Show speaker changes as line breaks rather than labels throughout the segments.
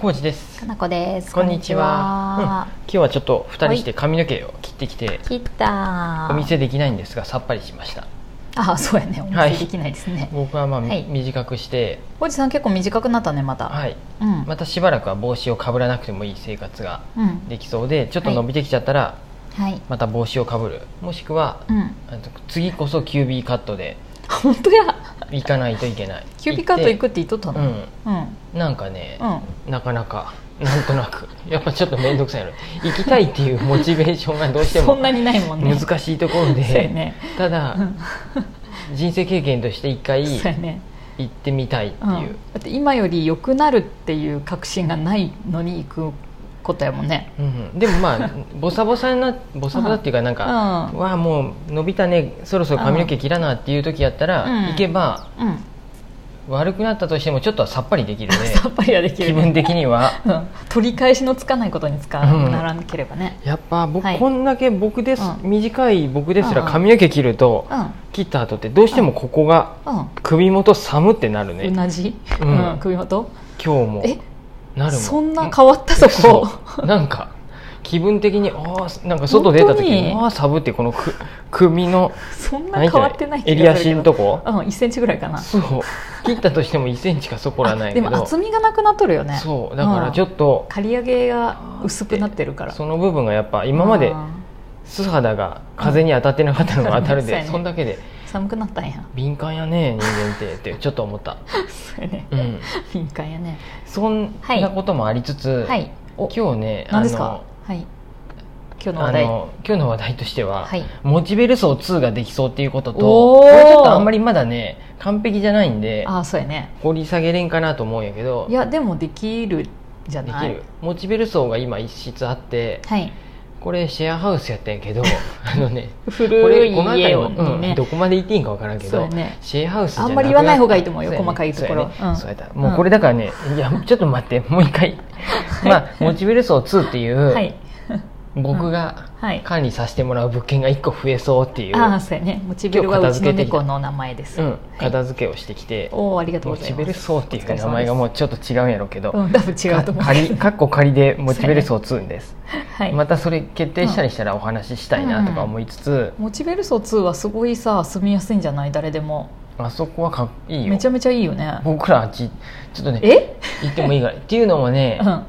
ほうじです
かなこです
こんにちは、うん、今日はちょっと2人して髪の毛を切ってきて
切った
お見せできないんですがさっぱりしました
あそうやねお
はい
見せできないですね、
僕はまあ、み
はい
短くして、
おじさん結構短くなったねまた、
はい、
うん、
またしばらくは帽子をかぶらなくてもいい生活が
うん、
できそうでちょっと伸びてきちゃったら
はい
また帽子をかぶるもしくは
うん
あの次こそキュービーカットで
本当や
行かないといけない
キューピカット行
く
くって言っとった
う
の
ん
うん、
なんかね、
うん
なかなかなんとなくやっぱちょっと面倒くさいの行きたいっていうモチベーションがどうして
そ
も
んなにないもんね
難しいところで、
そうやね
た
う
だ、
ん
人生経験として一回
そうやね、
行ってみたいって
うん、だ
いう、
って今より良くなるっていう確信がないのに行くことやもんね
うんでもまあボサボサになボサボサっていうかなんか、
うん
わあもう伸びたねそろそろ髪の毛切らなっていう時やったら、
うん
行けば
うん
悪くなったとしてもちょっとはさっぱりできるね
さっぱりはでき
気
る、
分
ね、
的には
うん取り返しのつかないことに使
う
うんならなければね
やっぱ僕、
はい
こんだけ僕です、
う
短い僕ですら
うんうん
髪の毛切ると、
うん
切った後ってどうしてもここが
うん
首元寒ってなるね、
う
今
なじ、
う
うんん首元
日も
え
なるもん
そんな変わったそこ
そうなんか気分的にあーなんか外出た時に
本当に
ああサブってこのく首の
そんな
何
変
ていう
わ
の
ってない気
襟
がす
足
る
の
けど
とこ
うん1センチぐらいかな
そう切ったとしても1センチかそこらない
あ
け
で
ど
も厚みがなくなっとるよね
そうだから
うん
ちょっと、
刈り上げが薄くなってるから
その部分がやっぱ今まで
あー
素肌が風に当たってなかったのが当たるで、
うんそうやね
そんだけで
寒くなったんや
敏感やね人間ってってちょっと思った、
それね
うん、
敏感やね
そんなこともありつつ、
はいお
今日ね
何です
あ
か
の
はい今日の
あ
話題は
の今日の話題としては、
い
モチベル層2ができそうっていうことと
おー
これちょっとあんまりまだね完璧じゃないんで
ああそうやね
掘り下げれんかなと思うんやけど
いやでもできるじゃ
で
な
き
い
るモチベル層が今一室あって
はい
これシェアハウスやったんやけ どあのねこ
古
れ
い
この辺り
家
も
を
うん
ね
どこまで言っていいんか分からんけ
そう
ど、
やね
シェアハウスじゃ
あんまり言わない方がいいと思うよ細かいところうん
そうやったもうこれだからね、いやちょっと待ってもう一回
い
まあモチベル層2っていう、
はい
僕が
はい
管理させてもらう物件が1個増えそうっていう、
ああそうやねモチベルはうちの猫の名前です
うん、
はい
片付けをしてきて、
おおありがとう
モ
ござ
チ
います
ベル層っていう
お疲れ様です
名前がもうちょっと違うんやろうけど、
うん多分違うと思う
か仮かっこ仮 でモチベル層2です、
はい
またそれ決定したりしたらお話ししたいなとか思いつつ、
モチベル層2はすごいさ住みやすいんじゃない誰でも
あそこはかっいいよ
めちゃめちゃいいよね
僕らあっちちょっとね
え
行ってもいいからいっていうのもね
うん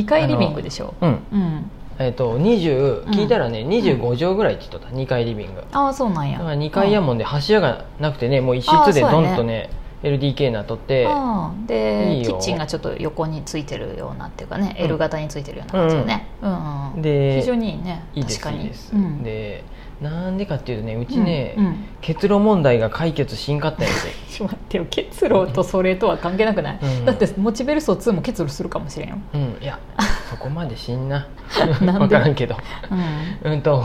2階リビングでしょ
うん
うん
えっ、と20
うん
聞いたらね25畳ぐらいって言っとった2階リビングだ
ああそうなんや
から2階や
ん
もんで柱がなくてねもう一
あ
室
ー
で
そうや
ド
ね
ンとね LDK なっとって
うん
い
で
い
キ
よ
ッチンがちょっと横についてるようなっていうかね
うん
L 型についてるような感じよねうんうん
で
非常にいいね
いいで
確
す
か
いい
に
です、
うん
でなんでかっていうとねうちね、
うんうん
結論問題が解決しんかったんやで
ちょっと待ってよ結露とそれとは関係なくない、
うん
だってモチベル層2も結露するかもしれんよ、
うん いやそこまでしんな
なんで
分からんけど
うん
うんと、
うん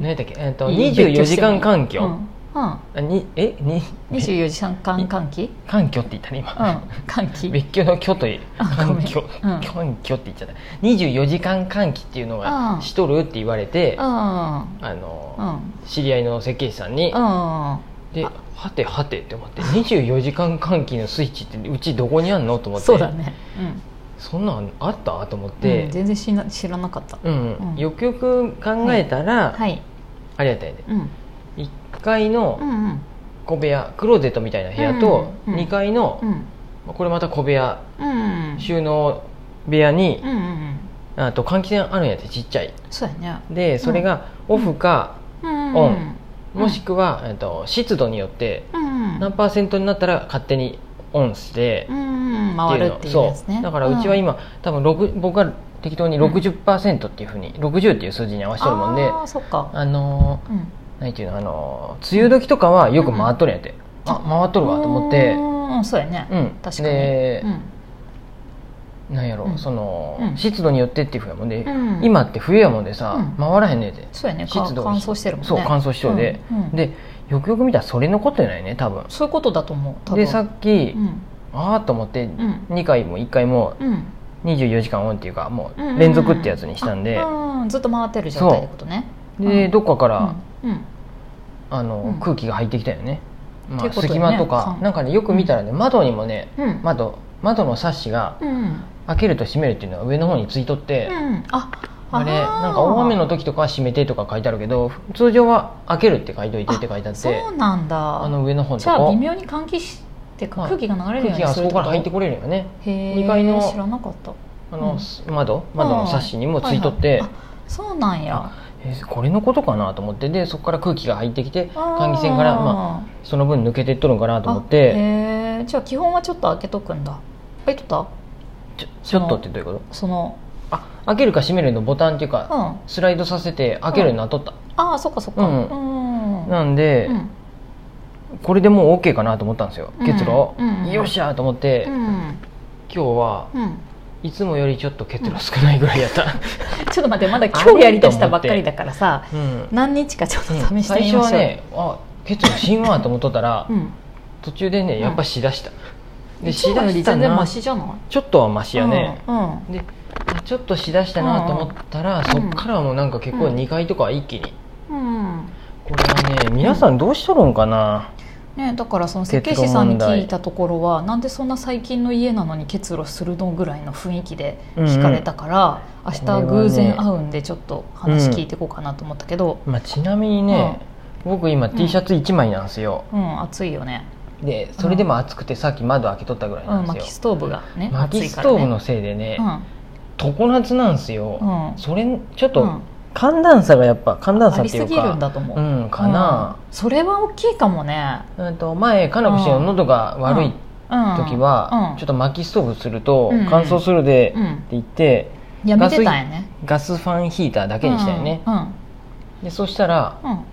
何やったっけ、えっと、
いい別
24
居
時間環境、
うんうん
あにえに
24時間換気
環境って言ったね
うん
今、
換気
別居の居という
あごめ
環
ん
境、
うん
環境って言っちゃった24時間換気っていうの
う
が
ん
しとるって言われて、
うん
あの、
うん
知り合いの設計士さんに、
うん
ではてはてって思って24時間換気のスイッチってうちどこにあんのと思って
そうだね、うん
そんなんあったと思っ
うん
て、
全然知ら知らなかった
うん
うん
よくよく考えたら、
はい、
あれやったんやで
うん、
1階
う
の
んうん
小部屋クローゼットみたいな部屋と、
うんうん
2階の
う、ん
まあこれまた小部屋
うん
収納部屋に
うん、うん
あと換気扇あるんやってちっちゃい
そうやね
でそれがオフか、
うん
オ
う
ン
ん
もしくは、えっと湿度によって
うん
何パーセントになったら勝手にオンして、
うん
って
回
いう
る
の
っていう
そ
やつね
だからうちは今、多分6僕は適当に60%っていうふうに、60っていう数字に合わせてるもんで
ああそっか、
あの
うん、
ー何ていうの、あのー梅雨時とかはよく回っとるんやって、あ回っとるわと思って
うんそうやね、
うん
確かに
で
う、ん
なんやろ、
うん
その、
うん
湿度によってっていうふうやもんで、
うん
今って冬やもんでさ、
うん
回らへんねんて
そうやねか
湿度
乾燥してるもんね
そう乾燥してるで、
うんうん
でよくよく見たらそれのことやないね多分
そういうことだと思う多分
でさっき、
うん
ああと思って、
ん
2回も1回も
うん
24時間オンっていうかも
うんうんう
うん連続ってやつにしたんで、
あうんずっと回ってる状態ってことね
で
うん
どっかから、
うんうん
あの
うん
空気が入ってきたよね、ま
って
あ、
ことよね
隙間とか
か
なんかねよく見たらね窓にもね、
うん
窓窓のサッシが
うん
開けると閉めるっていうのは上の方についとって、
うん、あ
あれなんか大雨の時とかは閉めてとか書いてあるけど通常は開けるって書いといてって書いてあっ
そ
て
うなんだ
あの上の方の
じ
と
ゃあ
こ
微妙に換気して
はい
空気が流れる
空
よう
気
に
があ
す
そ
る
こ
っ
か
てこ
ら
と
入ってこれるよね
へ
二階の
ー知らなかった
あの、
うん
す窓窓のサッシにもついとっ
は
て、
はあそうなんや
えーこれのことかなと思ってでそこから空気が入ってきて換気扇からまあ、その分抜けてっとるんかなと思っ
あ
て
へーじゃあ基本はちょっと開けとくんだ開けとっ
ちょちょっとってどういうこと
たその
あ開けるか閉めるのボタンっていう
うん
か
あ
スライドさせて開けるようになっとった、
あそっかそっか
う
うんん
なんで、
うん
これでもう OK かなと思ったんですよ
うん
結露、
うん
よっしゃーと思って、
う
今
ん
日はいつもよりちょっと結露少ないぐらいやった、
ちょっと待ってまだ今日やりだしたばっかりだからさ
うん
何日かちょっと試して
最
み
初
ま
は
しょう
ねあ結露しんわーと思っとったら、
うん
途中でねやっぱしだした、で
いつ
し
もよ
だ
り
した
全然
な
マシじゃない
ちょっとはマシやね、
うんうん
でちょっとしだしたなと思ったら、そっからはもうなんか結構
うん
2回とかは一気に、
うん
これはね皆さんどうしとるんかな、
ね、だからその
結
設
露
計士さんに聞いたところはなんでそんな最近の家なのに結露するのぐらいの雰囲気で聞かれたから、
これはね
明日偶然会うんでちょっと話聞いていこうかなと思ったけど、
まあ、ちなみにね、僕今 T シャツ1枚なんですよ、
うん暑いよね、
でそれでも暑くてさっき窓開けとったぐらい
うん
なんで
薪
す
ストーブがね
よ、
暑
薪
い
ス
から
トー
ね
ブのせいでね、
う
常夏なんですよ、
んうん
それちょっ
う
と
ん
寒暖差がやっぱ寒暖
あ
差っ
り
てい
す
う
ぎるん
か
だと思う、
うんかな、
うんそれは大きいかもね
うん、と前かなこ氏の喉が悪い
うんうん
時は、
うん、
ちょっと薪ストーブすると
うん
乾燥するで、
う
って
ん
言って
やめてたんやね
ガスファンヒーターだけにしたよね、
うんうん
でそしたら
うん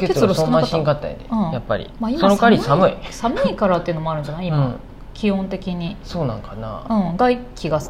結露そんなしんかったんやで、
うん
やっぱり、
まあ、今
その代わり寒い
寒い寒いからっていうのもあるんじゃない今、
うん、
気温的に、
そうなんかな、
うん、外気が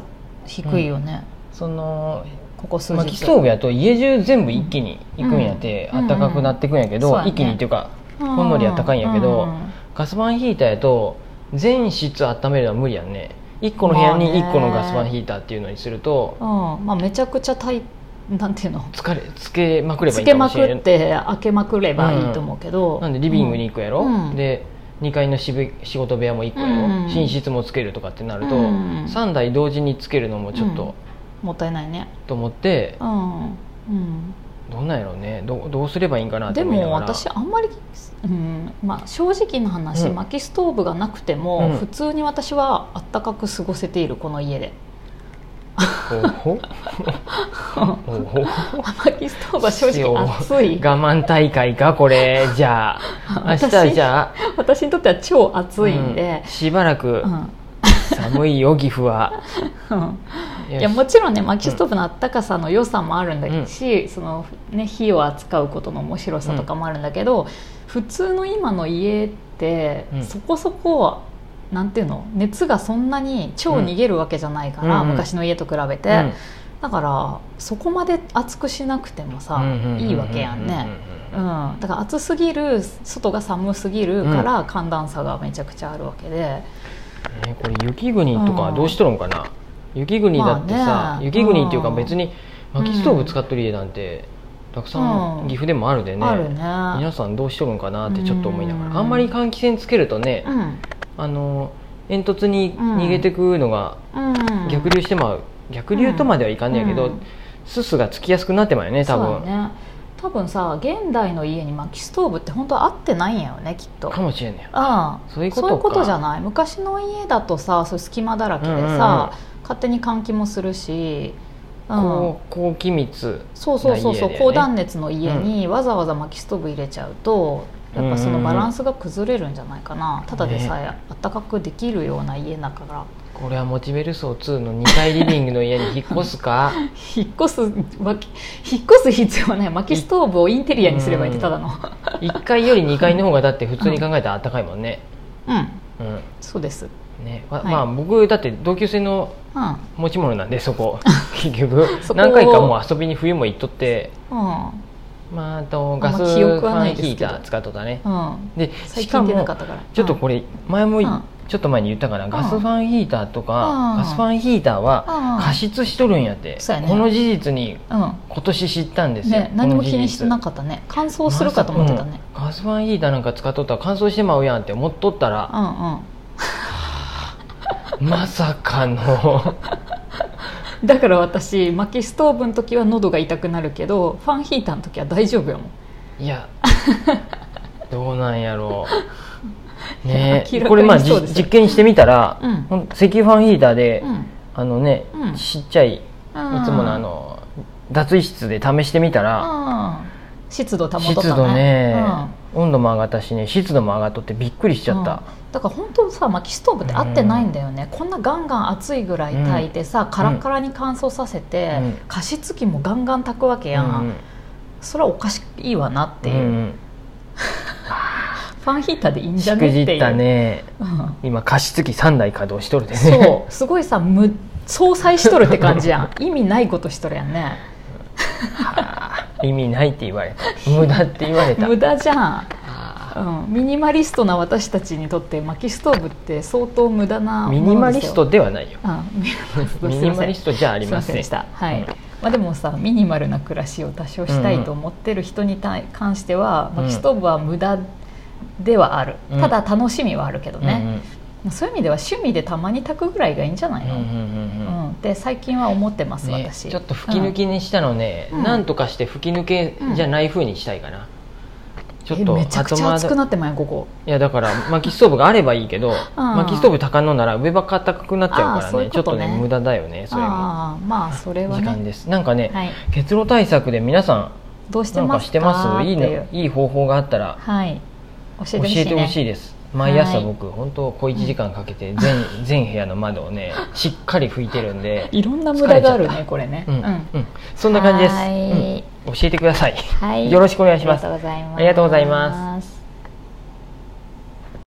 低いよね、
その
ここ数日
薪ストーブやと家中全部一気に行くんやって、
うん
暖かくなってくんやけど、
うんそうやね
一気にっていうか
ほ
ほんのりあったかいんやけどガスファンヒーターやと全室温めるのは無理やんね1個の部屋に
まあね
1個のガスファンヒーターっていうのにすると
うんまあ、めちゃくちゃたいなんていうの
疲れつけまくればいい
つ
か
け
も
ま
し
く
れ
っ
ん
て開けまくればいいと思うけど、
なんでリビングに行くやろ、
うん
で2階のしぶ仕事部屋も1個やろ、
うん
寝室もつけるとかってなると、
うん
3台同時につけるのもちょっと、
もったいないね
と思って
うん、うん、
どんなんやろうねどうどうすればいいんかなって
で
思いな
も
がら
私あんまり、うんまあ、正直な話、
うん
薪ストーブがなくても、
うん
普通に私はあったかく過ごせているこの家で
ほ ほほほ
薪ストーブは正直暑い
我慢大会かこれじゃあ明
私
日じゃあ
私にとっては超暑いんで
うん、しばらく
うん
寒いよ岐阜は
いやもちろんね薪ストーブのあったかさの良さもあるん
うん
だし、そのね、火を扱うことの面白さとかもあるんだけど、普通の今の家って、
うん
そこそこなんていうの熱がそんなに超逃げるわけじゃないから、
うんうん
昔の家と比べて、
うん
だからそこまで熱くしなくてもさ、
うんうんうんうん
いいわけやんね。
うん
うん、だから暑すぎる外が寒すぎるから寒暖差がめちゃくちゃあるわけで、
ねこれ雪国とかどうしとるんかな、雪国だってさ、
まあね
雪国っていうか別に
うん
薪ストーブ使っとる家なんてたくさ
うんん
岐阜でもあるでね、
あるね
皆さんどうしとるんかなってちょっと思いながら、
うん
あんまり換気扇つけるとね、
うん
あの煙突に
うん
逃げてくのが
うん、
逆流してまう、逆流とまではいかんねやけど、
うん
すすがつきやすくなってまうよね多
そう
分、
だね多分さ現代の家に薪ストーブって本当は合ってないんやよねきっと
かもしれんねや
ああ
そういうこと
そ
か
ういうことじゃない昔の家だとさそういう隙間だらけでさ、
う
勝手に換気もするし、うん、
高高気密
そうそうそう
な家だ
そう、
よね
高断熱の家にわざわざ薪ストーブ入れちゃうとやっぱそのバランスが崩れるんじゃないかなただでさえあったかくできるような家だから
これはモチベル層2の2階リビングの家に引っ越す か
引っ越すわけ引っ越す必要はない薪ストーブをインテリアにすればいいってただの
1階より2階の方がだって普通に考えたらあったかいもんね
うん
うん
そうです
ねわ
はい
まあ僕だって同級生の
うん
持ち物なんでそ こ結局
そこ
何回かもう遊びに冬も行っとって
うん
まああとガスフ
あんま記憶はな
ァン
いで
ヒー
すけ
タ
ど
ー使っとったね
うん、
で
最
しか
近出な
も
かったから
ちょっとこれ前もい
うん
ちょっと前に言ったかなガスファンヒーターと
う
か
ん
ガスファンヒーターは過
歌
失しとるんやって
そうやね
この事実に
う
今年知ったんで
ん
すよ
ね何も気にしてな
く
かったね乾燥するかと思ってたね、
ガスファンヒーターなんか使っとったら乾燥してまうやんって思っとった
う
ら
んうん
まさかの
だから私薪ストーブの時は喉が痛くなるけどファンヒーターの時は大丈夫やもん
いやどうなんやろう
や
ね
明らかに
これまあじ
そうですよ
実験してみたら、
うん
ほんと石油ファンヒーターで、
うん
あのね、
うん
ちっちゃいいつものあの脱衣室で試してみたら、
うん湿度保っとっ
湿
た
度ね、
うん
温度も上がったしね湿度も上がっとってびっくりしちゃった、
うんだから本当さ薪ストーブって合ってないんだよね、こんなガンガン熱いぐらい炊いてさ、カラッカラに乾燥させて、
うん
加湿器もガンガン炊くわけやん、
うん
それはおかしいわなっていう、
うん
ファンヒーターでいいんじ
し
ゃ
く
ね
じ
ってい
っ
う
たね
うん
今加湿器3台稼働しとるでね
そうすごいさ無相殺しとるって感じや ん意味ないことしとるやんね
は あ意味ないって言われた無駄って言われた
無駄じゃん、
あ
うん、ミニマリストな私たちにとって薪ストーブって相当無駄
あ
なも
ミ
のですよ
ニマリストではないよ
うんミニマリスト
ミ
すい
ニ
ま
マ
せん
リストじゃありますせ
いませ
ん
んでした、はい
うん
まあ、でもさミニマルな暮らしを多少したいと思ってる人に対関しては、
うん
まあ、ストーブは無駄ではある、
うん
ただ楽しみはあるけど
うんうん
ね、まあそういう意味では趣味でたまに炊くぐらいがいいんじゃない
うんう
の、うん
んうんうん
で最近は思ってます、
ね
私
ちょっと吹き抜
うん
きにしたのね、
うん
なんとかして吹き抜けじゃない風にしたいかな、ちょっと
えめちゃくちゃ暑
後
く
回
なってまいんここ
いやだから薪ストーブがあればいい けど、薪ストーブ高んのなら上ばっか高くなっちゃうか
あー
ら
そう
ね
いう
ちょ
こ
っと
とね
ね無駄だよねそれも
ああまあそれは
時間
ね
ですなんかね、
はい
結露対策で皆さ
どうし
ん
て
なん
ま
か
すか
してますいい
ってい
の
う
いい方法があったら
はい教え
教
てほしい、ね、
えてほしいです毎朝
はい
僕本当小1時間かけて全,、全部屋の窓を ねしっかり拭いてるんで
いろんな無駄がある
疲れちゃ
ねこれね
うん、
う
うんんそんな感じです、
はい
うん教えてくお願いします
はい
よろしくお願いします
ありがとうございます。。
ありがとうございます